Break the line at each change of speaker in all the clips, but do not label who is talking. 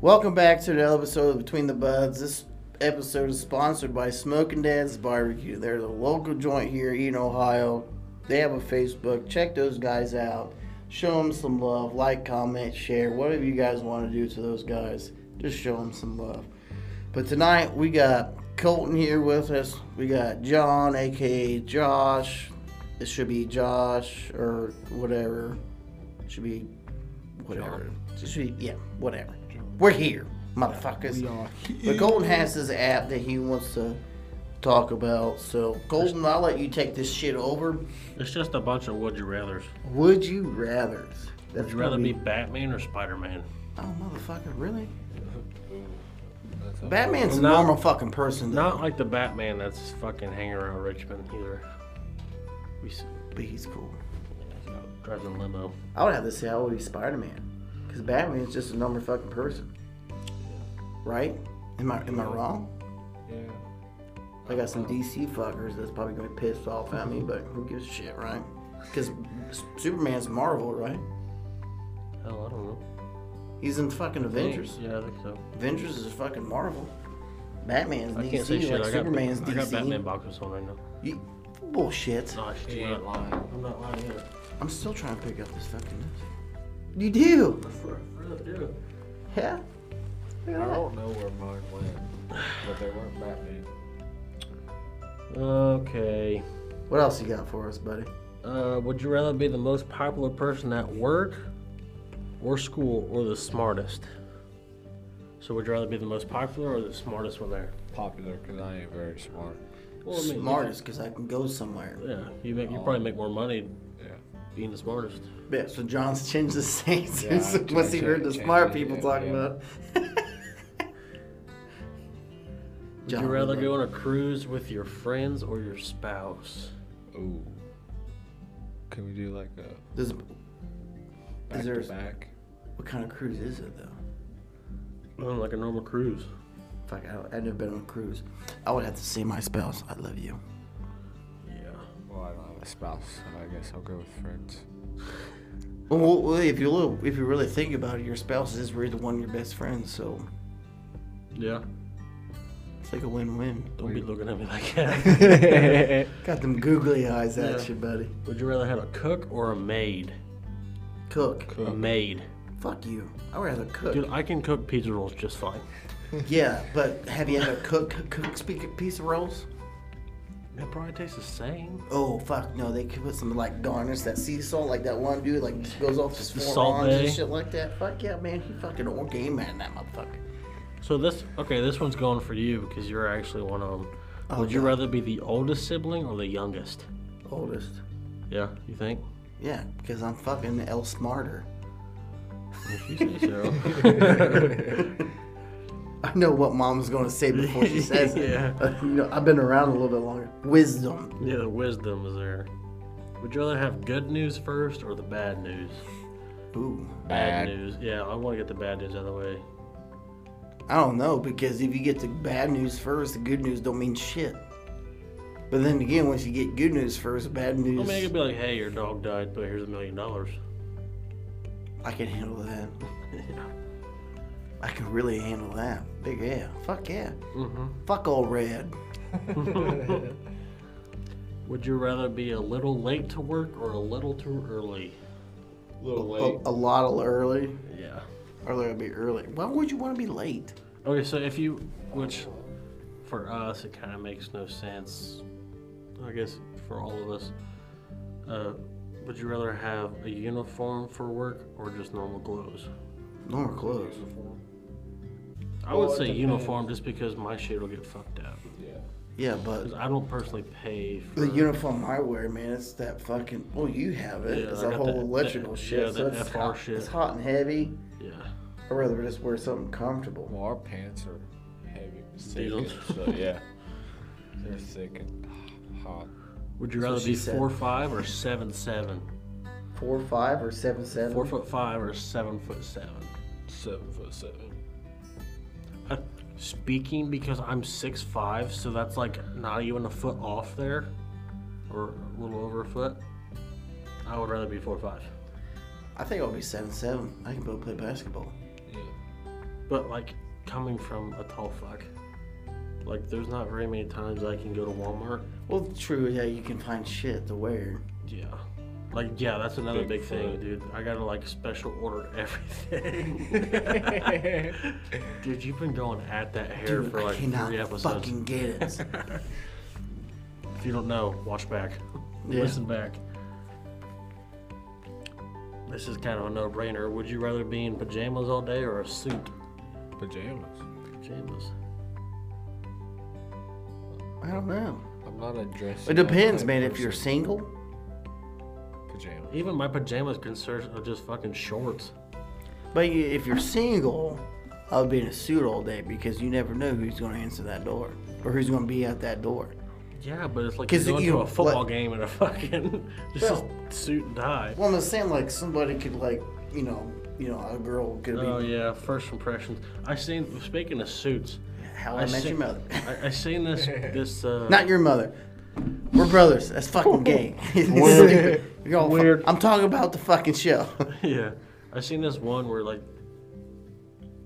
Welcome back to the episode of Between the Buds. This episode is sponsored by Smoking Dad's Barbecue. They're the local joint here in Ohio. They have a Facebook. Check those guys out. Show them some love. Like, comment, share. Whatever you guys want to do to those guys, just show them some love. But tonight we got Colton here with us. We got John, aka Josh. It should be Josh or whatever. It should be whatever. It should be- yeah, whatever. We're here, motherfuckers.
We are
But Colton has his app that he wants to talk about. So Colton, I'll let you take this shit over.
It's just a bunch of would you rather's.
Would you rather?
Would you rather be Batman or Spider Man?
Oh motherfucker, really? Batman's a
No.
normal fucking person. though.
Not like the Batman that's fucking hanging around Richmond either.
We s- But he's cool.
Drives a limo.
I would have to say I would be Spider Man, because Batman's just a normal fucking person, right? Am I am I wrong?
Yeah.
I got some DC fuckers that's probably gonna be pissed off at me,
Mm-hmm.
but who gives a shit, right? Because Superman's Marvel, right?
Hell, I don't know.
He's in fucking Avengers.
Yeah, I think so.
Avengers is fucking Marvel. Batman's
I can't say
DC,
shit.
like
I got,
Superman's
I got
DC.
Batman boxes on right now.
You- bullshit.
No, shit,
She
I'm
ain't
not-
lying.
I'm not lying either.
I'm still trying to pick up this fucking. You do? Yeah. Look
I
at that.
don't know where mine went, but they weren't Batman.
Okay.
What else you got for us, buddy?
Uh, would you rather be the most popular person at work or school or the smartest? So would you rather be the most popular or the smartest one there?
Popular because I ain't very smart.
Well, I mean, you-
Smartest, because I can go somewhere.
Yeah, you make you probably make more money
Yeah.
being the smartest.
Yeah, so John's changed the saints
Yeah, I
once he
changed
heard
it,
the
changed
smart
it,
people
yeah,
talking
yeah.
about.
Would you rather go on a cruise with your friends or your spouse?
Ooh. Can we do like a
Does,
back
there-
to back?
what kind of cruise is it though?
Oh, like a normal cruise.
Fuck, I, don't- I've never been on a cruise. I would have to say my spouse. I love you.
Yeah.
Well, I don't have a spouse, so I guess I'll go with friends.
Well, well, if you look, if you really think about it, your spouse is really one of your best friends, so
Yeah.
it's like a win-win.
Don't be looking at me like that.
Cook.
Got them googly eyes at
Yeah.
you, buddy.
Would you rather have a cook or a maid?
Cook.
A maid.
Fuck you. I would rather cook.
Dude, I can cook pizza rolls just fine.
yeah, but have you ever cooked cook, cook speak piece of rolls?
It probably tastes the same.
Oh fuck no! They could put some like garnish that sea salt, like that one dude like just goes off his
The
four
salt
arms and
bay.
shit like that. Fuck yeah, man! He fucking old game man, that motherfucker.
So this, okay, this one's going for you because you're actually one of them.
Oh,
Would you
God.
rather be the oldest sibling or the youngest?
Oldest.
Yeah, you think?
Yeah, because I'm fucking L smarter.
If you say so.
I know what mom's gonna say before she says
Yeah.
it. Uh, You know, I've been around a little bit longer. Wisdom.
Yeah, the wisdom is there. Would you rather have good news first or the bad news?
Ooh.
Bad.
news. Yeah, I want to get the bad news out of the way.
I don't know because if you get the bad news first, the good news don't mean shit. But then again, once you get good news first, bad
I
news.
mean, it could be like, hey, your dog died, but here's a million dollars.
I can handle that.
Yeah.
I can really handle that. Big yeah. Fuck yeah.
hmm
Fuck all red.
Would you rather be a little late to work or a little too early?
little
A, a lot of early.
Yeah.
Or they're gonna be early. Why would you want to be late?
Okay, so if you, which for us, it kind of makes no sense. I guess for all of us. Uh, would you rather have a uniform for work or just normal clothes?
Normal clothes.
I would
Well, it
say
depends.
uniform just because my shit will get fucked up.
Yeah.
Yeah, but
'Cause I don't personally pay for
The uniform I wear, man, it's that fucking. Oh, you have it.
Yeah,
it's
I
that
got
whole
that-
electrical
that-
shit.
yeah,
so
that
it's
FR
hot,
shit.
It's hot and heavy.
Yeah.
I'd rather just wear something comfortable.
Well, our pants are heavy. Thick
Deals.
and- so, yeah. They're thick and hot.
Would you
That's what
rather
she
be
said.
four five or seven seven?
Four five or seven seven.
Four foot five or seven foot seven?
Seven foot seven.
Uh, speaking because I'm six five, so that's like not even a foot off there, or a little over a foot. I would rather be four five.
I think I'll be seven seven. I can go play basketball.
Yeah.
But like coming from a tall fuck, like there's not very many times I can go to Walmart.
Well, true. Yeah, you can find shit to wear.
Yeah. Like yeah, that's another big,
Bigfoot.
thing, dude. I gotta like special order everything. dude, you've been going at that hair
Dude,
for like
I cannot
three episodes.
fucking get it.
If you don't know, watch back.
Yeah.
Listen back. This is kind of a no-brainer. Would you rather be in pajamas all day or a suit?
Pajamas.
Pajamas.
I don't know.
I'm not a dress.
It depends, man. If you're single,
Pajamas.
Even my pajamas concerns are just fucking shorts.
but you, if you're single, I would be in a suit all day because you never know who's going to answer that door or who's going to be at that door.
Yeah, but it's like
'Cause
you're going
you-
to a football
what-
game in a fucking just
Well-
a suit and tie.
Well, I'm just saying, like somebody could, like, you know, you know, a girl could be
Oh yeah, first impressions. I seen. Speaking of suits,
how I, met
seen-
your mother.
I, I seen this this. Uh,
Not your mother. We're brothers. That's fucking gay.
Weird.
You're all fu-
Weird.
I'm talking about the fucking show.
yeah, I seen this one where like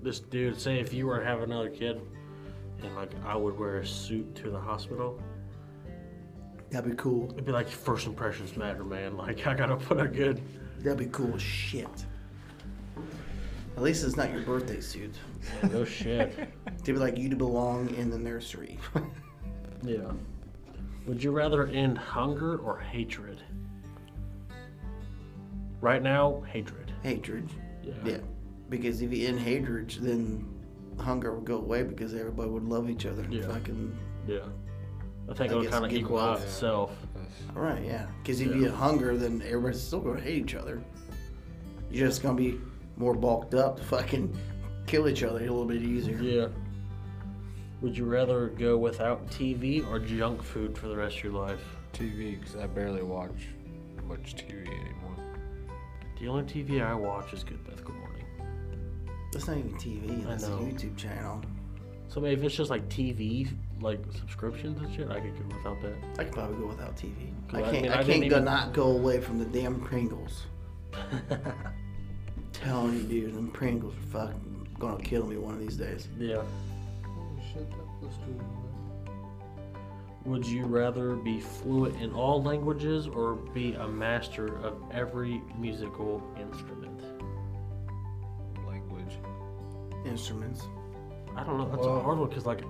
this dude say if you were to have another kid, and like I would wear a suit to the hospital.
That'd be cool.
It'd be like first impressions matter, man. Like I gotta put a good.
That'd be cool as shit. At least it's not your birthday suit.
No shit.
To be like you to belong in the nursery.
yeah. Would you rather end hunger or hatred? Right now, hatred.
hatred.
Yeah.
Yeah. Because if you end hatred, then hunger would go away because everybody would love each other.
Yeah.
Fucking
Yeah. I think
I
it'll
guess
kind of
give
equal out
both.
itself.
all right, yeah. Because if you you hunger, then everybody's still gonna hate each other. You're just gonna be more bulked up to fucking kill each other a little bit easier.
Yeah. Would you rather go without TV or junk food for the rest of your life?
TV, because I barely watch much TV anymore.
The only TV I watch is Good Mythical Morning.
That's not even TV.
I
That's a
know.
YouTube channel.
So maybe if it's just like TV, like subscriptions and shit, I could go without that.
I could probably go without TV. I
I
can't. I,
mean, I
can't
didn't
go
even-
not go away from the damn Pringles. Telling you, dude, them Pringles are fucking gonna kill me one of these days.
Yeah.
Oh,
Would you rather be fluent in all languages or be a master of every musical instrument?
Language.
Instruments.
I don't know. That's a
Well-
hard one because, like,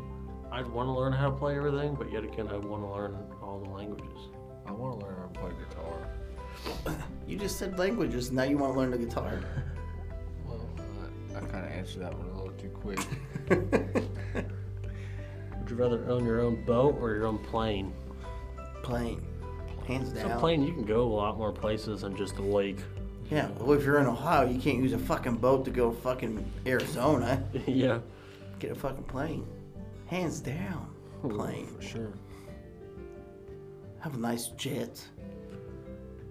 I'd want to learn how to play everything, but yet again, I want to learn all the languages.
I want to learn how to play guitar.
You just said languages. Now you want to learn the guitar.
Well, I, I kind of answered that one a little too quick.
Would you rather own your own boat or your own plane?
Plane, hands
So
down.
plane, you can go a lot more places than just the lake.
Yeah. Well, if you're in Ohio, you can't use a fucking boat to go to fucking Arizona.
yeah.
Get a fucking plane. Hands down. Plane.
For sure.
Have a nice jet.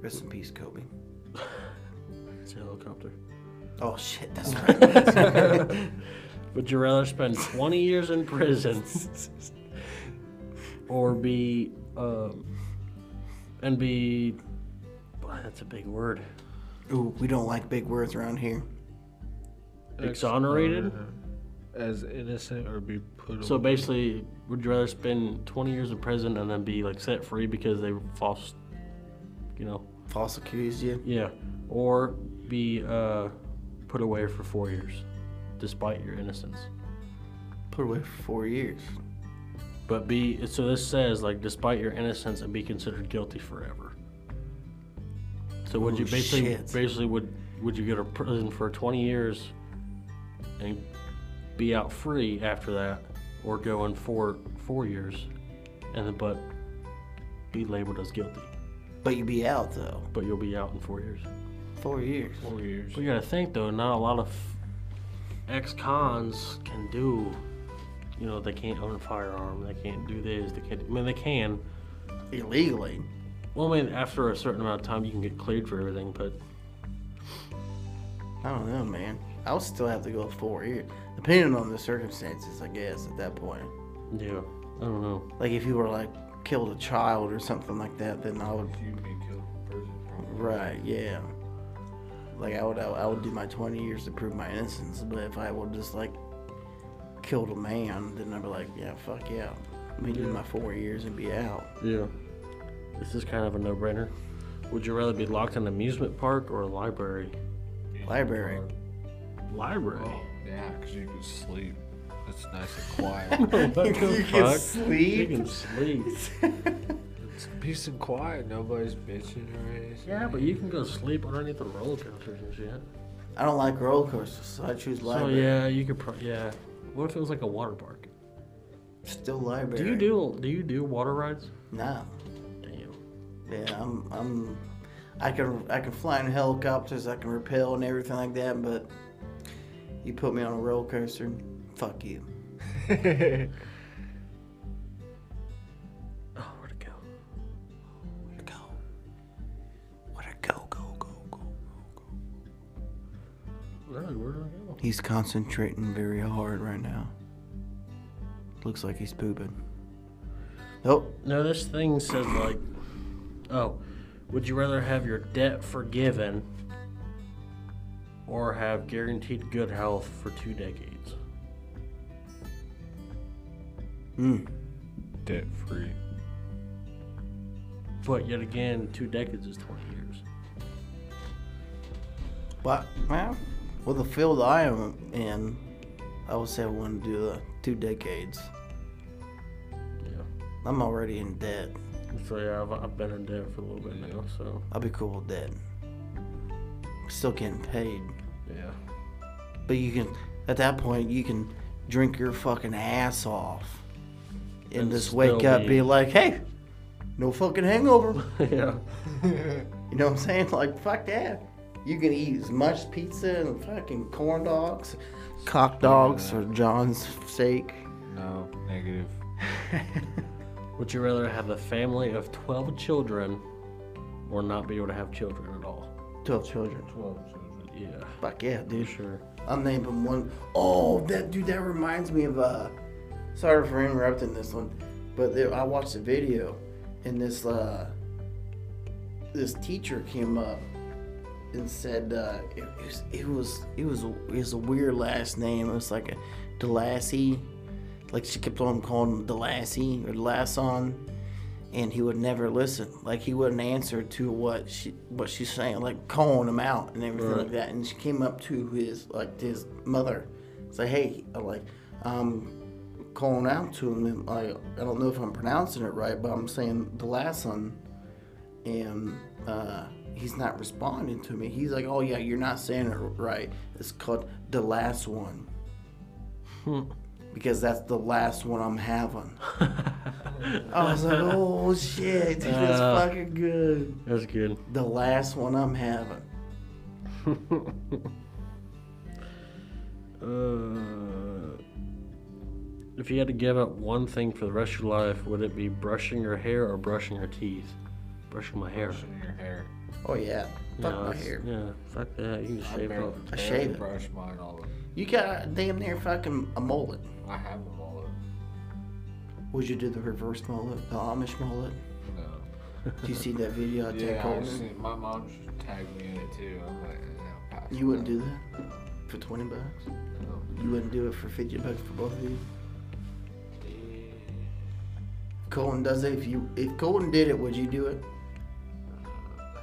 Rest in peace, Kobe.
It's a helicopter.
Oh shit, that's right.
Would you rather spend 20 years in prison or be um, and be boy, that's a big word.
Ooh, we don't like big words around here.
Exonerated?
As innocent or be put
So
away.
basically, would you rather spend 20 years in prison and then be like set free because they false, you know,
False accused you.
yeah, or be uh, put away for four years despite your innocence?
Put away for four years.
But be so this says like despite your innocence and be considered guilty forever. So would you
Oh,
basically
shit.
basically would would you go to prison for 20 years and be out free after that, or go in for four years, and then but be labeled as guilty,
But you be out though.
but you'll be out in four years.
Four years.
four years.
But you gotta think though, not a lot of ex-cons can do. You know, they can't own a firearm. They can't do this. They can't. I mean, they can,
Illegally.
Well, I mean, after a certain amount of time, you can get cleared for everything, but
I don't know, man. I would still have to go four years, depending on the circumstances, I guess. At that point,
yeah, I don't know.
like if you were like killed a child or something like that, then I would.
You'd be killed in prison, probably.
Right. Yeah. Like I would, I would do my twenty years to prove my innocence. But if I would just like killed a man, then I'd be like, yeah, fuck yeah. Let me do my four years and be out.
Yeah. This is kind of a no-brainer. Would you rather be locked in an amusement park or a library?
Library.
Library.
Oh, yeah, because you can sleep. It's nice and quiet.
what the
You can
fuck? You
sleep.
can sleep.
it's peace and quiet. Nobody's bitching or anything.
Yeah, but you can go sleep underneath the roller coasters and shit.
I don't like roller coasters, so I choose library.
So yeah, you could. Pro- yeah. What if it was like a water park?
Still library.
Do you do do you do water rides?
No.
Damn.
Yeah, I'm. I'm. I can. I can fly in helicopters. I can rappel and everything like that. But you put me on a roller coaster, fuck you.
Oh, where'd it go? Where'd it go?
Where to go, go, go, go.
Really, where'd it go?
He's concentrating very hard right now. Looks like he's pooping. Nope.
No, this thing says like, oh, would you rather have your debt forgiven or have guaranteed good health for two decades?
Mm.
Debt free.
But yet again, two decades is twenty years.
But well, with the field I am in, I would say I want to do the two decades.
Yeah.
I'm already in debt.
So yeah, I've, I've been in debt for a little bit now. So
I'll be cool with debt. Still getting paid.
yeah.
But you can, at that point, you can drink your fucking ass off and,
And
just wake
still
up
be-
be like, hey, no fucking hangover.
yeah.
You know what I'm saying? Like, fuck that. You can eat as much pizza and fucking corn dogs, cock dogs for John's sake.
No, negative.
Would you rather have a family of twelve children or not be able to have children at all?
12 children.
Twelve children.
Yeah.
Fuck yeah, dude.
Sure.
I'm naming one oh that dude, that reminds me of uh. Sorry for interrupting this one, but there, I watched a video, and this uh. This teacher came up, and said uh, it, it was it was it was a, it was a weird last name. It was like a Delassie, like she kept on calling him Delassie or Delasson, and he would never listen. Like he wouldn't answer to what she what she's saying, like calling him out and everything
Right.
like that. And she came up to his like to his mother, say, "Hey, I'm like um." Calling out to him, and I, I don't know if I'm pronouncing it right, but I'm saying the last one and uh, he's not responding to me. He's like, "Oh yeah, you're not saying it right. It's called the last one because that's the last one I'm having." I was like, "Oh shit, dude, that's
Uh.
fucking good.
That's good.
The last one I'm having."
Uh, if you had to give up one thing for the rest of your life, would it be brushing your hair or brushing your teeth? Brushing my hair.
Brushing your hair.
Oh yeah, fuck
No,
my
it's-
hair.
Yeah, fuck that. You can
I
shave it
barely-
off.
I shave it.
Brush mine all. the-
You got damn near fucking a mullet.
I have them all. the-
Would you do the reverse mullet, the Amish mullet?
No.
Do you see that video I take
Yeah, I
Colton?
see, my mom should tag me in it too. I'm like, eh, I'll pass
You wouldn't do
it
that for twenty bucks.
up. No.
You wouldn't do it for fifty bucks for both of you. Colton does it. If you if Colton did it, would you do it?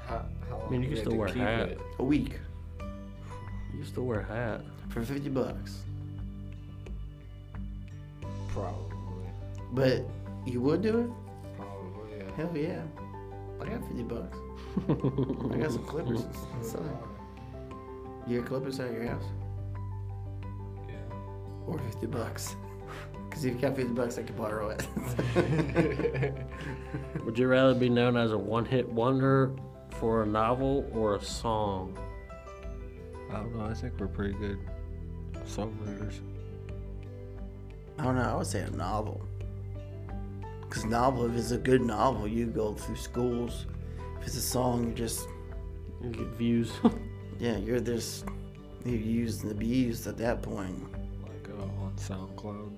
How, how long
mean, you can
do have
still
to
wear a
keep
hat.
it?
A week
You used to wear a hat.
for fifty bucks.
Probably.
But you would do it?
Probably, yeah.
Hell yeah! I got fifty bucks. I got some clippers
Mm-hmm.
inside. You got clippers at your house? Or fifty bucks? Because if you got fifty bucks, I could borrow it.
Yeah.
Would you rather be known as a one hit wonder for a novel or a song?
I don't know. I think we're pretty good songwriters.
I don't know. I would say a novel. Because novel, if it's a good novel, you go through schools. If it's a song, you just
You get views.
yeah, you're just you're used and abused at that point.
Like uh, on SoundCloud.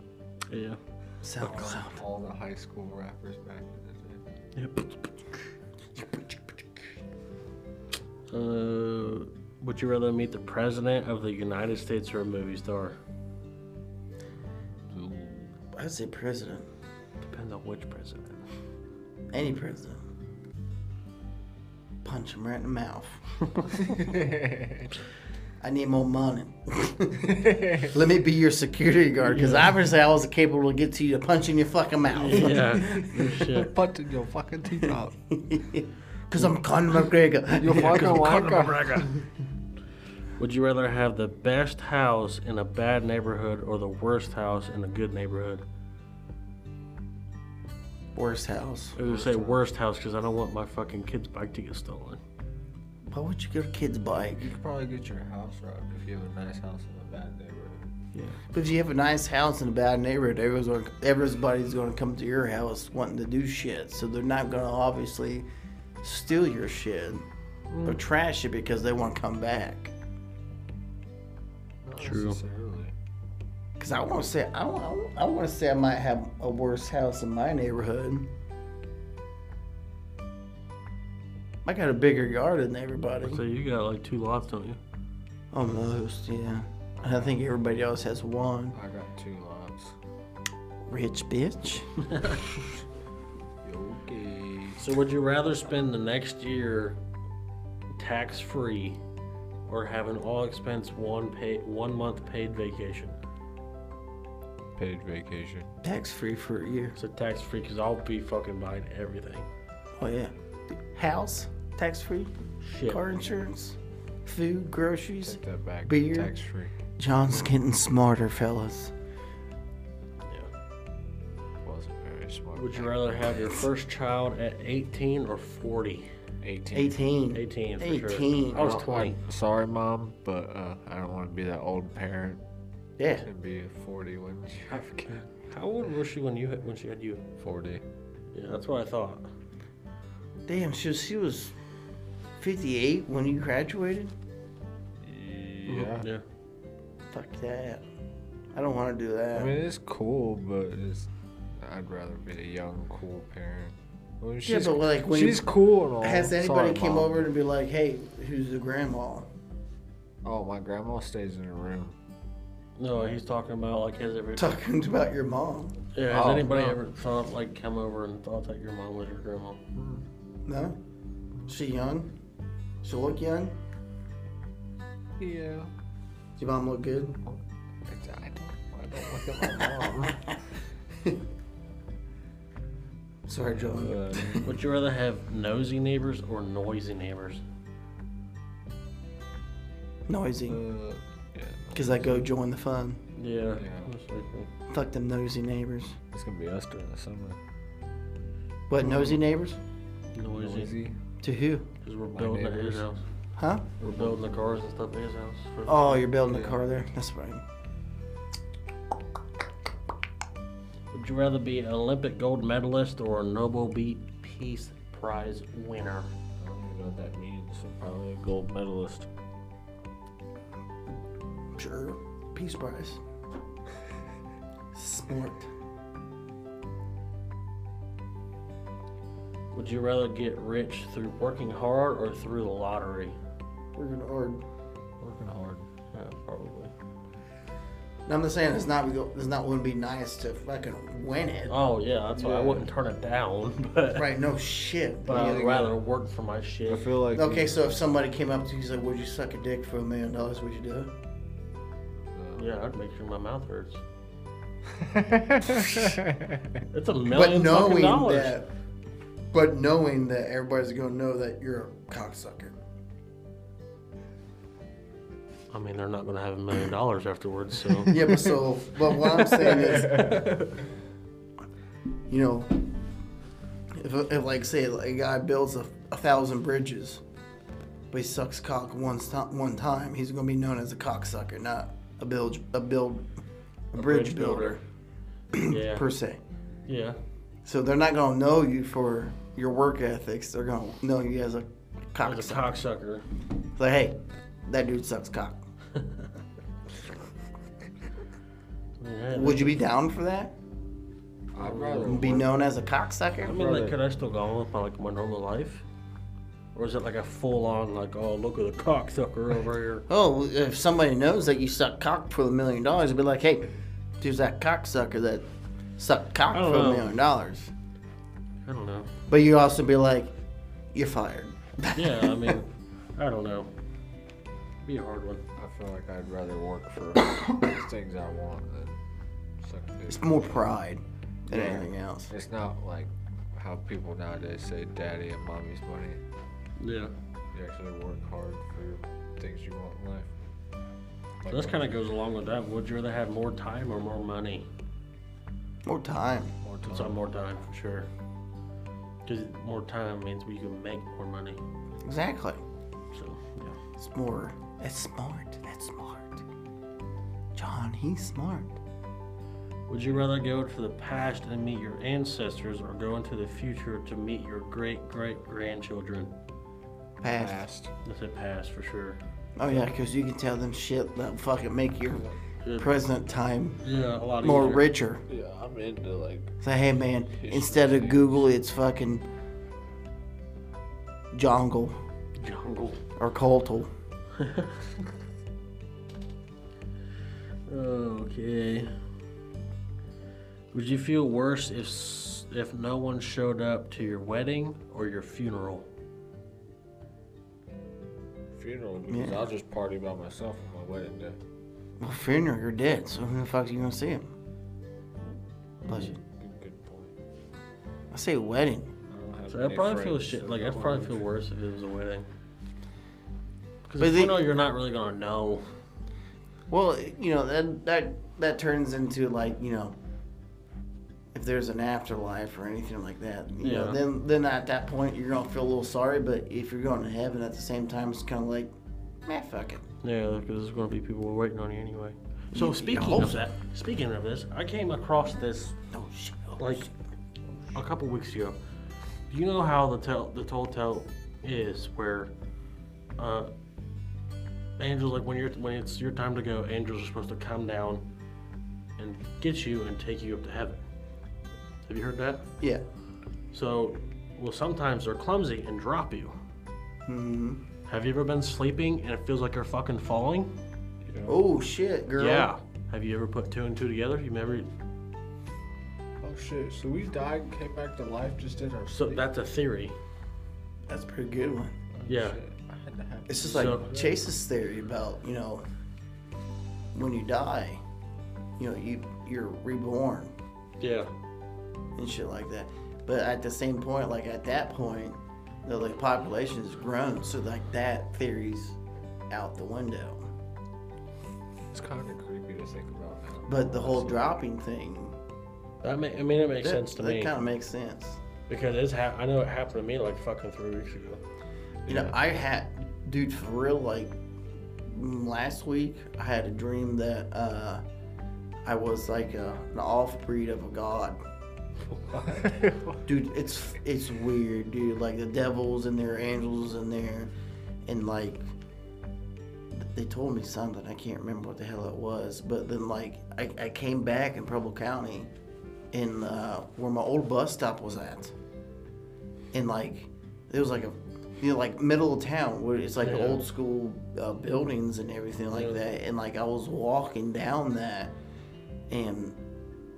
yeah.
SoundCloud.
All the high school rappers back in the day.
Yep. Uh, would you rather meet the president of the United States or a movie star?
I'd say president.
Depends on which president.
Any president. Punch him right in the mouth. I need more money. Let me be your security guard because obviously I wasn't capable to get to you to punch in your fucking mouth.
no shit.
Punching your fucking teeth out.
Because I'm Conor McGregor.
Your fucking wanker.
Would you rather have the best house in a bad neighborhood or the worst house in a good neighborhood?
Worst house.
I was gonna say worst house because I don't want my fucking kid's bike to get stolen.
Why would you get a kid's bike?
You could probably get your house robbed if you have a nice house in a bad neighborhood.
Yeah.
But if you have a nice house in a bad neighborhood, everyone's gonna, everybody's going to come to your house wanting to do shit. So they're not going to obviously steal your shit
Mm.
or trash it because they want to come back.
Not
True.
necessarily.
Because I want to say I, want- I want to say I might have a worse house in my neighborhood. I got a bigger garden than everybody.
So you got like two lots, don't you?
Almost, yeah. I think everybody else has one.
I got two lots.
Rich bitch.
You Okay.
So would you rather spend the next year tax free or have an all expense one pay one month paid vacation?
Paid vacation.
Tax free for a year.
So tax free because I'll be fucking buying everything.
Oh yeah. House, tax free,
Shit.
car insurance, food, groceries.
Take that back.
Beer.
Tax free.
John's getting smarter, fellas.
Yeah.
Wasn't very smart.
Would you rather have your first child at 18 or 40?
18.
18.
18 for
Eighteen.
sure. I was
Well,
20.
I'm Uh, sorry, mom, but uh, I don't want to be that old parent
Yeah.
and be 40 when you have a kid.
How old was she when you had, when she had you?
40.
Yeah, that's what I thought.
Damn, she was, she was 58 when you graduated?
Yeah.
Yeah.
Fuck that. I don't want to do that.
I mean, it's cool, but it's. I'd rather be a young, cool parent. I mean, she's,
but, like, when you-
she's cool and all.
Has anybody
Sorry,
came
Mom.
over to be like, hey, who's the grandma?
Oh, my grandma stays in her room.
No, he's talking about like has every
Talking about your mom.
yeah, has
Oh,
anybody
no.
ever thought like come over and thought that your mom was your grandma?
No? She young? She look young?
Yeah.
Does your mom look good?
It's, I don't. I don't look at my mom.
Sorry, John.
Uh,
Would you rather have nosy neighbors or noisy neighbors?
Noisy.
uh, yeah.
Because I go join the fun.
Yeah.
Yeah.
most likely.
Fuck them nosy neighbors.
It's gonna be us during the summer.
What, nosy neighbors?
Noisy.
Noisy.
To who?
Because we're building at his
neighbors.
house.
Huh?
We're building the cars and stuff at his house. for-
Oh, you're building a
Yeah.
car there. That's right.
Would you rather be an Olympic gold medalist or a Nobel Be- Peace Prize winner?
I don't even know what that means. So probably a gold medalist.
Sure. Peace prize. Smart.
Would you rather get rich through working hard or through the lottery?
Working hard.
Working hard.
Yeah, probably.
And I'm just saying it's not it's not wouldn't be nice to fucking win it.
Oh yeah, that's why I
Yeah.
wouldn't turn it down. But
Right, no shit.
but I'd rather work for my
I
shit.
feel like.
Okay, so if somebody came up to you and said, Would you suck a dick for a million dollars, would you do it?
uh,
Yeah, I'd make sure my mouth hurts.
yeah.
It's a
But
million fucking
knowing
dollars.
that but knowing that everybody's gonna know that you're a cocksucker.
I mean, they're not gonna have a million dollars afterwards. So
Yeah, but so but what I'm saying is you know, if, if like say like a guy builds a, a thousand bridges, but he sucks cock one time, one time, he's gonna be known as a cocksucker, not a build a build a, bridge,
bridge
builder,
builder. yeah,
per se.
yeah,
So they're not gonna know you for your work ethics. They're gonna know you as a cocksucker.
as a cocksucker.
like, hey, that dude sucks cock.
I mean, hey,
Would you be down for that?
I'd rather
Be
work-
known as a
I
cocksucker?
mean, like,
brother.
could I still go on with my like my normal life? Or is it like a full on like, oh, look at the cocksucker over here?
Oh, well, if somebody knows that you suck cock for a million dollars, it'd be like, hey, there's that cocksucker that suck cock
I don't
for a
know.
million dollars.
I don't know.
But you also be like, you're fired.
Yeah, I mean, I don't know. Be a hard one.
I feel like I'd rather work for those things I want than suck a dick.
it's more pride than
Yeah.
anything else.
It's not like how people nowadays say daddy and mommy's money.
Yeah.
You actually work hard for things you want in life.
So this kind of goes along with that. Would you rather have more time or more money?
More time.
more
It's on more time for sure. Because more time means we can make more money.
Exactly.
So yeah.
It's more. That's smart. That's smart. John, he's smart.
Would you rather go to the past and meet your ancestors, or go into the future to meet your great great grandchildren?
Past.
fast.
That's a past for sure.
Oh yeah, 'cause you can tell them shit that fucking make your
Yeah.
present time
Yeah, a lot
more
easier.
richer.
Yeah, I'm into like
Say, hey man, instead of Google, it's fucking Jongle
jungle.
or Coltle.
Okay. Would you feel worse if s- if no one showed up to your wedding or your funeral?
funeral because
Yeah.
I'll just party by myself on my wedding day.
Well, funeral, you're dead. So who the fuck are you gonna see him? Bless you.
Good, good point.
I say wedding.
I don't have
So I
many
probably feel
friends,
shit.
so
Like
no
I'd probably
one-
feel worse if it was a wedding. Because
But
a
they-
funeral, you're not really gonna know.
Well, you know that that that turns into like you know if there's an afterlife or anything like that. You know,
Yeah.
then then at that point you're gonna feel a little sorry, but if you're going to heaven at the same time, it's kind of like, man, fuck it.
Yeah, because there's gonna be people waiting on you anyway. So
You- you
speaking
hope
of
so.
that, speaking of this, I came across this
Oh shit. oh,
like
shit.
a couple weeks ago. Do you know how the tell the toll tell is where uh angels like when you're when it's your time to go, angels are supposed to come down and get you and take you up to heaven. Have you heard that?
yeah.
So well sometimes they're clumsy and drop you.
hmm
Have you ever been sleeping and it feels like you're fucking falling?
Oh shit, girl.
Yeah. Have you ever put two and two together? You never
Oh shit! So we died and came back to life just in our
so
sleep.
that's a theory.
That's a pretty good one.
Oh,
yeah.
shit. I had to have
It's just like
So-
Chase's theory about you know when you die, you know you you're reborn.
Yeah.
and shit like that. But at the same point, like at that point, the like population has grown, so like that theory's out the window.
It's kind of creepy to think about now.
But the whole dropping thing,
That ma- I mean it makes
that,
sense to
that
me.
kind of makes sense.
Because it's ha- I know it happened to me like fucking three weeks ago.
You know, I had, dude, for real, like mm, last week, I had a dream that uh, I was like a, an off breed of a god. dude it's it's weird dude like the devil's in there angels in there and like they told me something i can't remember what the hell it was but then like i, I came back in preble county in uh, where my old bus stop was at and like it was like a you know, like middle of town where it's like
Yeah.
old school uh, buildings and everything like
Yeah.
that and like i was walking down that and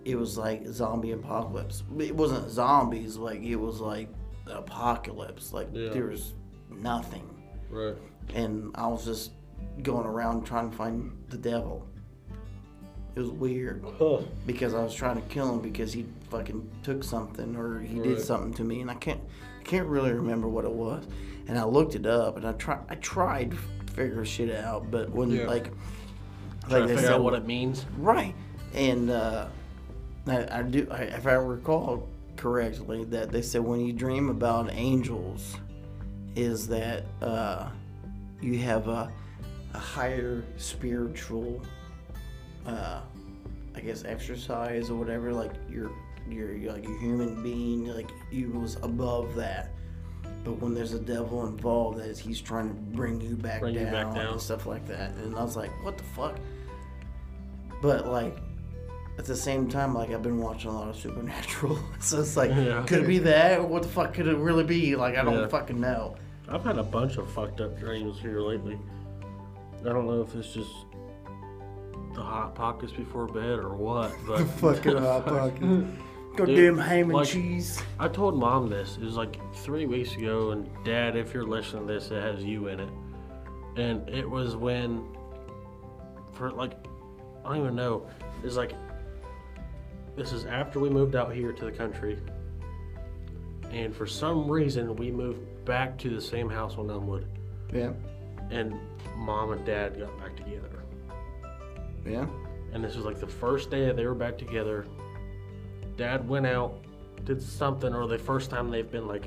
it was like zombie apocalypse. But It wasn't zombies, like it was like apocalypse. Like
Yeah.
there was nothing,
Right.
and I was just going around trying to find the devil. It was weird
Huh.
because I was trying to kill him because he fucking took something or he did
Right.
something to me, and I can't I can't really remember what it was. And I looked it up, and I try I tried to figure shit out, but when
Yeah.
like
Trying to
they
figure out
said-
what it means.
Right. And uh, I, I do, I, if I recall correctly, that they said when you dream about angels, is that uh, you have a, a higher spiritual, uh, I guess, exercise or whatever. Like you're, you're, you're like a human being. Like you was above that. But when there's a devil involved, that is, he's trying to bring you back
Bring you
down,
back down.
and stuff like that. And I was like, what the fuck? But like at the same time, like I've been watching a lot of Supernatural, so it's like,
Yeah.
could it be that? What the fuck could it really be? Like I don't
Yeah.
fucking know.
I've had a bunch of fucked up dreams here lately. I don't know if it's just the hot pockets before bed or what? But
The fucking hot pocket.
Dude,
Goddamn ham and
like-
cheese.
I told mom this. It was like three weeks ago, and Dad, if you're listening to this, it has you in it. And it was when, for like, I don't even know. It's like, this is after we moved out here to the country, and for some reason we moved back to the same house on Elmwood,
Yeah,
and mom and dad got back together.
yeah.
And this was like the first day that they were back together. Dad went out, did something, or the first time they've been like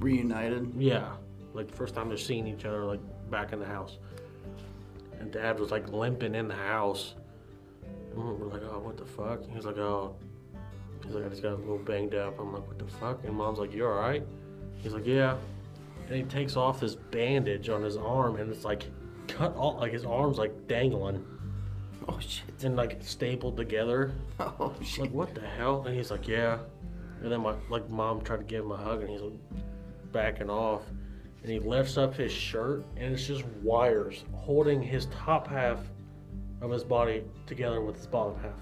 Reunited.
Yeah, like first time they're seeing each other, like back in the house. And Dad was like limping in the house. And we we're like, oh, what the fuck? And He's like, oh, he's like, I just got a little banged up. I'm like, what the fuck? And Mom's like, you all right? He's like, yeah. And he takes off this bandage on his arm, and it's like cut off, like his arm's like dangling
Oh shit.
and like stapled together.
Oh shit.
Like, what the hell? And he's like, yeah. And then my like mom tried to give him a hug, and he's like backing off. And he lifts up his shirt, and it's just wires holding his top half of his body together with his bottom half.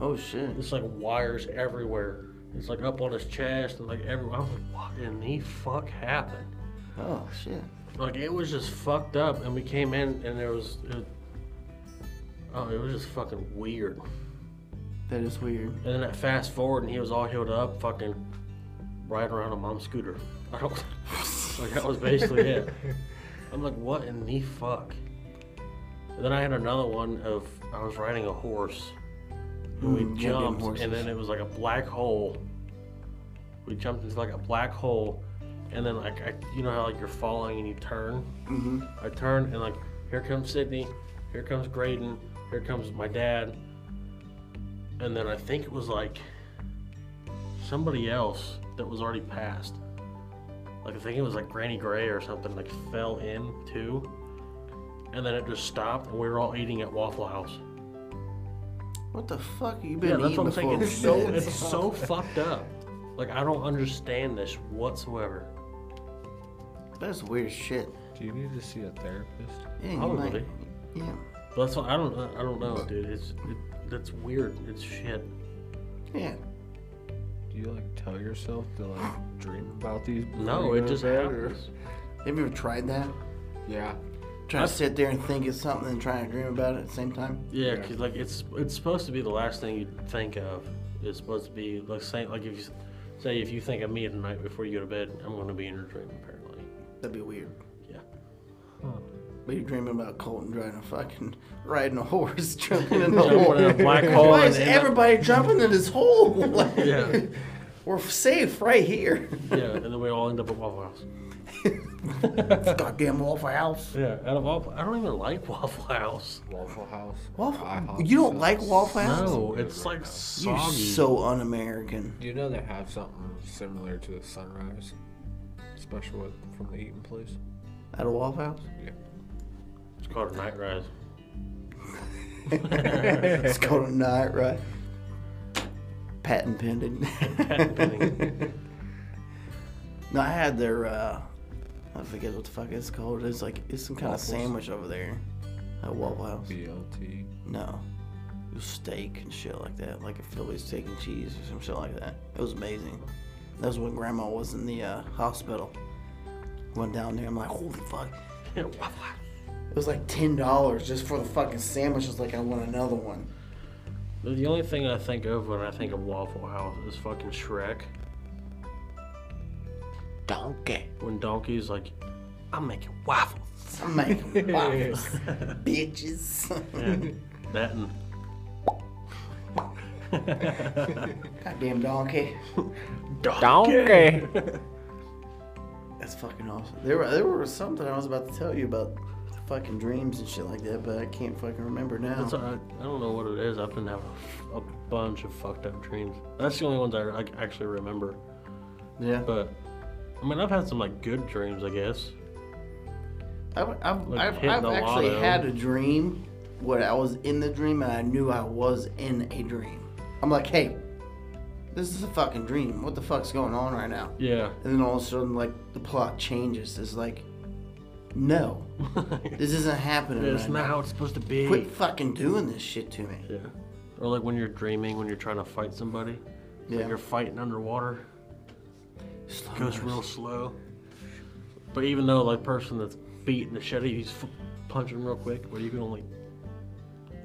Oh shit.
It's like wires everywhere. It's like up on his chest and like everywhere. I was like, what in the fuck happened?
Oh shit.
Like it was just fucked up, and we came in, and there was, it, oh, it was just fucking weird.
That is weird.
And then I fast forward and he was all healed up, fucking riding around on mom's scooter. I don't like that was basically it. I'm like, what in the fuck? And then I had another one of I was riding a horse. And
Mm, goddamn
we jumped
horses.
and then it was like a black hole. We jumped into like a black hole and then like I, you know how like you're falling and you turn?
Mm-hmm.
I turn and like, here comes Sydney, here comes Graydon, here comes my dad. And then I think it was like somebody else that was already passed. Like I think it was like Granny Gray or something, like fell in too. And then it just stopped and we were all eating at Waffle House.
What the fuck? You been
Yeah, that's
eating
what I'm
before?
saying. It's so it's so fucked up. Like I don't understand this whatsoever.
That's weird shit.
Do you need to see a therapist?
Yeah, you
Probably.
might. Yeah.
But that's what I don't I don't know, dude. It's it, that's weird. It's shit.
Yeah.
Do you like tell yourself to like dream about these? before
No,
you go
it
to
just
bed, or-
happens.
Have you ever tried that?
Yeah.
Try to
I've-
sit there and think of something and try to dream about it at the same time.
Yeah,
Yeah.
'cause, like it's it's supposed to be the last thing you think of. It's supposed to be like saying like if you s- say if you think of me tonight before you go to bed, I'm going to be in your dream apparently.
That'd be weird.
Yeah.
But you're dreaming about Colton driving a fucking riding a horse, jumping in a
Jumping
hole.
in a black hole
Why is
and end up-
everybody jumping in this hole? Like,
Yeah.
We're safe right here.
Yeah, and then we all end up at Waffle House.
Goddamn Waffle House.
Yeah, out of Waffle, I don't even like Waffle House.
Waffle House.
Waffle.
IHOP
You don't
sucks.
like Waffle House?
No, it's like soggy.
You're so un-American.
Do you know they have something similar to a sunrise special with- from the eating place?
At a Waffle House?
Yeah.
it's called a night rise.
it's called a night, right? Patent pending.
Patent pending.
no, I had their. uh I forget what the fuck it's called. It's like it's some kind
Waffles?
of sandwich over there. At Waffle House.
BLT.
No. It was steak and shit like that, like a Philly steak and cheese or some shit like that. It was amazing. That was when grandma was in the uh, hospital. Went down there, I'm like, holy fuck.
Yeah, Waffle House.
It was like $10 just for the fucking sandwich. I was like, I want another one.
The only thing I think of when I think of Waffle House is fucking Shrek.
Donkey.
When Donkey's like, I'm making waffles.
I'm making waffles, bitches.
Yeah, that and
Goddamn donkey.
Donkey.
That's fucking awesome. There, were, there was something I was about to tell you about fucking dreams and shit like that, but I can't fucking remember now.
That's all right. I don't know what it is. I've been having a, a bunch of fucked up dreams. That's the only ones I, I actually remember.
yeah.
But I mean, I've had some like good dreams, I guess.
I've, I've,
Like
I've,
hitting
I've
the
actually
lotto.
had a dream where I was in the dream and I knew I was in a dream. I'm like, hey, this is a fucking dream. What the fuck's going on right now?
Yeah,
And then all of a sudden, like, the plot changes. It's like, No, this isn't happening.
That's
right
not
now.
how it's supposed to be.
Quit fucking doing this shit to me.
Yeah. Or like when you're dreaming, when you're trying to fight somebody, yeah.
Yeah.
you're fighting underwater.
Slow
goes
motion.
real slow. But even though like person that's beating the shit out of you, he's f- punching real quick, but you can only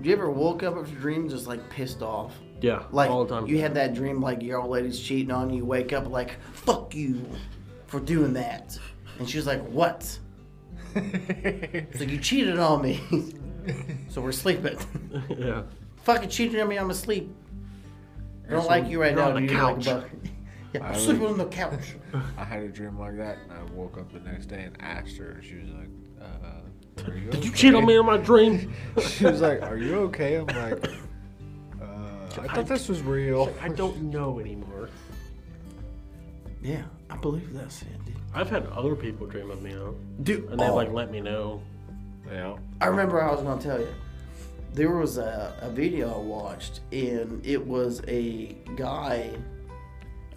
Do you ever woke up after a dream just like pissed off?
yeah
Like
all the time.
you had that dream like your old lady's cheating on you, wake up like, fuck you for doing that. And she was like, What? It's like you cheated on me. so we're sleeping.
yeah.
Fucking cheating on me, I'm asleep. I don't
so
like you right
you're
now.
on
dude.
the
You're like a
couch.
buck. yeah,
I
I'm sleeping
would-
on the couch.
I had a dream like that, and I woke up the next day and asked her, and she was like, uh, "Are you?"
Did you cheat on me in my dream?
okay?" She was like, "Are you okay?" I'm like, uh, "I thought this was
Oh.
real."
I don't know anymore.
Yeah, I believe that's it, dude.
I've had other people dream of me though,
Dude,
and they
oh.
like let me know.
Yeah.
I remember I was going to tell you. There was a, a video I watched, and it was a guy.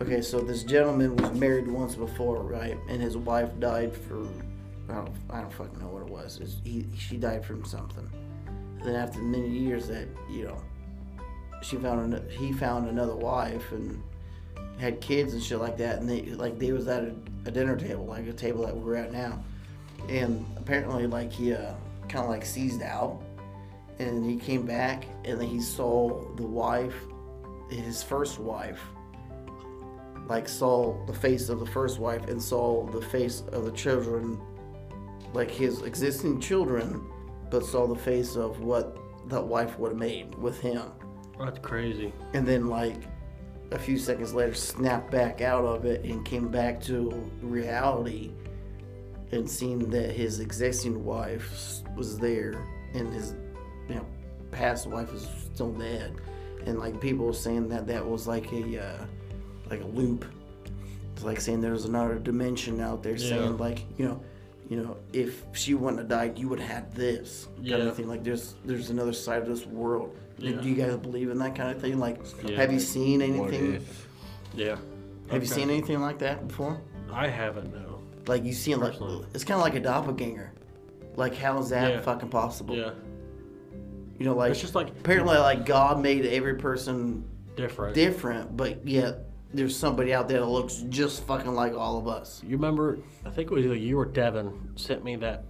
Okay, so this gentleman was married once before, right? And his wife died for. I don't, I don't fucking know what it was. It's, he, she died from something. Then after many years, that you know, she found an, he found another wife and had kids and shit like that. And they like they was at a, a dinner table, like a table that we're at now and apparently like he uh, kind of like seized out and he came back and then he saw the wife his first wife like saw the face of the first wife and saw the face of the children like his existing children but saw the face of what that wife would have made with him
That's crazy.
and then like a few seconds later snapped back out of it and came back to reality and seen that his existing wife s- was there and his you know past wife is still dead and like people were saying that that was like a uh, like a loop it's like saying there's another dimension out there saying
Yeah.
like you know you know if she wouldn't have died you would have had this kind
Yeah.
of thing like there's there's another side of this world
Yeah.
do you guys believe in that kind of thing like
Yeah.
have you seen anything?
Yeah.
Have you seen anything like that before?
I haven't no.
Like you seen like
Personally.
it's kind of like a doppelganger. Like how is that
Yeah.
fucking possible?
Yeah.
You know, like
It's just like
apparently like God made every person
different.
different, but yet there's somebody out there that looks just fucking like all of us.
you remember? I think it was either you or Devin sent me that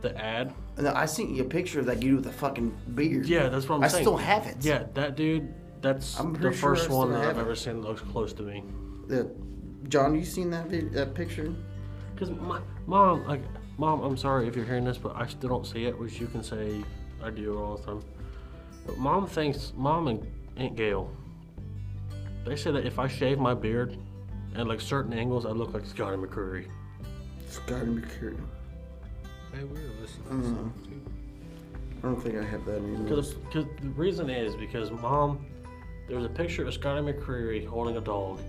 the ad.
And I sent you a picture of that dude with a fucking beard.
Yeah, that's what I'm
I
saying.
still have it.
Yeah, that dude. That's
I'm
the
pretty sure
first
I
one
still
that I've
have it.
ever seen that looks close to me.
Uh, John, you seen that vid- that picture?
Because my mom, like, mom, I'm sorry if you're hearing this, but I still don't see it, which you can say I do all the time. But mom thinks, mom and Aunt Gail, they say that if I shave my beard at like certain angles, I look like Scotty McCreery.
It's gotta be curious.
Hey, we were listening to
Mm-hmm.
something too.
I don't think I have that anymore.
Because the reason is because mom, there was a picture of Scotty McCreery holding a dog.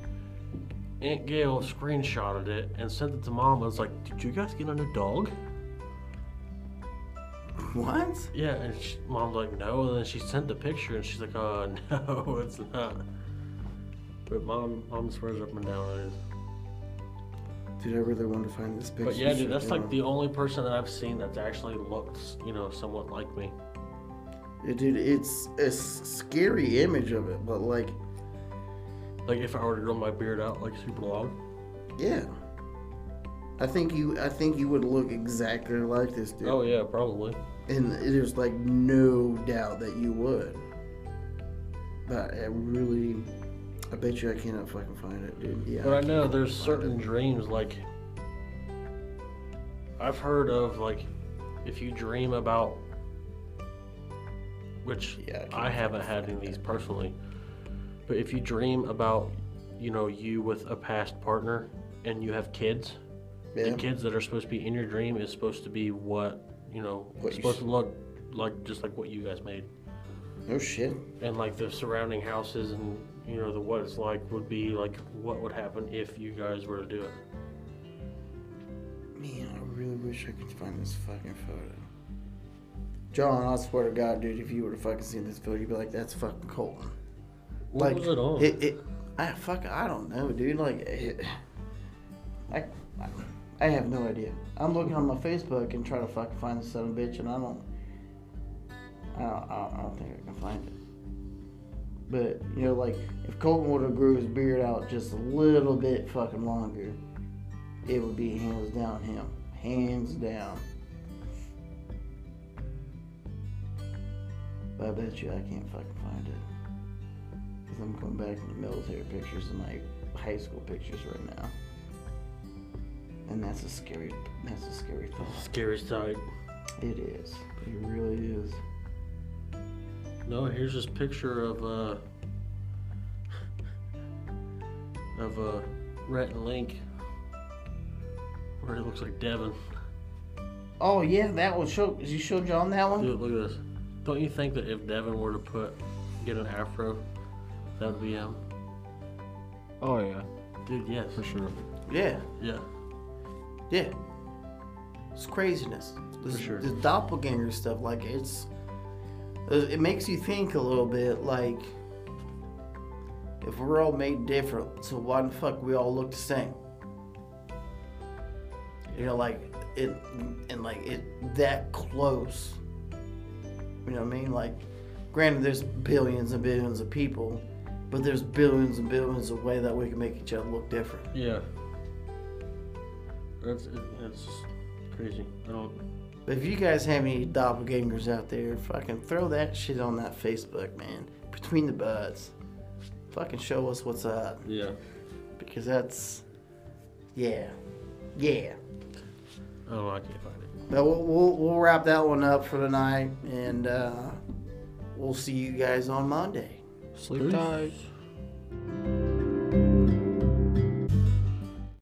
Aunt Gail screenshotted it and sent it to mom. I was like, "Did you guys get a new dog?"
What?
Yeah, and she, mom's like, no, and then she sent the picture, and she's like, oh no, it's not. But mom, mom swears up and down it is.
Dude, I really want to find this picture.
But yeah, dude, that's like the only person that I've seen that's actually looks, you know, somewhat like me.
Yeah, Dude, it's a s- scary image of it, but like,
Like if I were to grow my beard out like super long.
yeah. I think you, I think you would look exactly like this dude,
Oh yeah, probably.
and there's like no doubt that you would. But I really, I bet you I cannot fucking find it, dude. Yeah.
But I know there's certain dreams like I've heard of like if you dream about which
Yeah, I can't
I haven't had any of these personally. But if you dream about, you know, you with a past partner and you have kids,
yeah.
the kids that are supposed to be in your dream is supposed to be what, you know,
What you
supposed
s-
to look like just like what you guys made
Oh shit.
and like the surrounding houses and you know the what it's like would be like what would happen if you guys were to do it
Man, I really wish I could find this fucking photo. John, I swear to God, dude, if you were to fucking seen this photo, you'd be like, "That's fucking Colton."
what was it on
It, it, I fuck, I don't know, dude. Like, it, I, I, I have no idea. I'm looking on my Facebook and trying to fucking find the son of a bitch, and I don't. I don't, I don't, I don't think I can find it. But you know, like if Colton would have grew his beard out just a little bit fucking longer, it would be hands down him, hands down. But I bet you I can't fucking find it. Because I'm going back to the military pictures and my high school pictures right now. And that's a scary, that's a scary thought.
Scary side.
It is. It really is.
No, here's this picture of uh of uh Rhett and Link. Where it looks like Devin.
Oh yeah, that one showed. You showed John that one.
Dude, look at this. Don't you think that if Devin were to put get an afro, that would be him?
Oh yeah,
Dude, yes.
for sure.
Yeah,
Yeah.
yeah. It's craziness. This,
For sure.
this doppelganger stuff, like it's, uh, it makes you think a little bit. Like, if we're all made different, so why the fuck we all look the same? You know, like it, and like it that close. You know what I mean? Like, granted, there's billions and billions of people, but there's billions and billions of way that we can make each other look different.
Yeah. That's it, it's just crazy. I don't
But if you guys have any doppelgangers out there, fucking throw that shit on that Facebook, man. Between the buds. Fucking show us what's up.
yeah.
Because that's. Yeah. Yeah.
Oh I can't find it.
But we'll, we'll, we'll wrap that one up for tonight. And uh, we'll see you guys on Monday.
Sleep
Peace.
tight.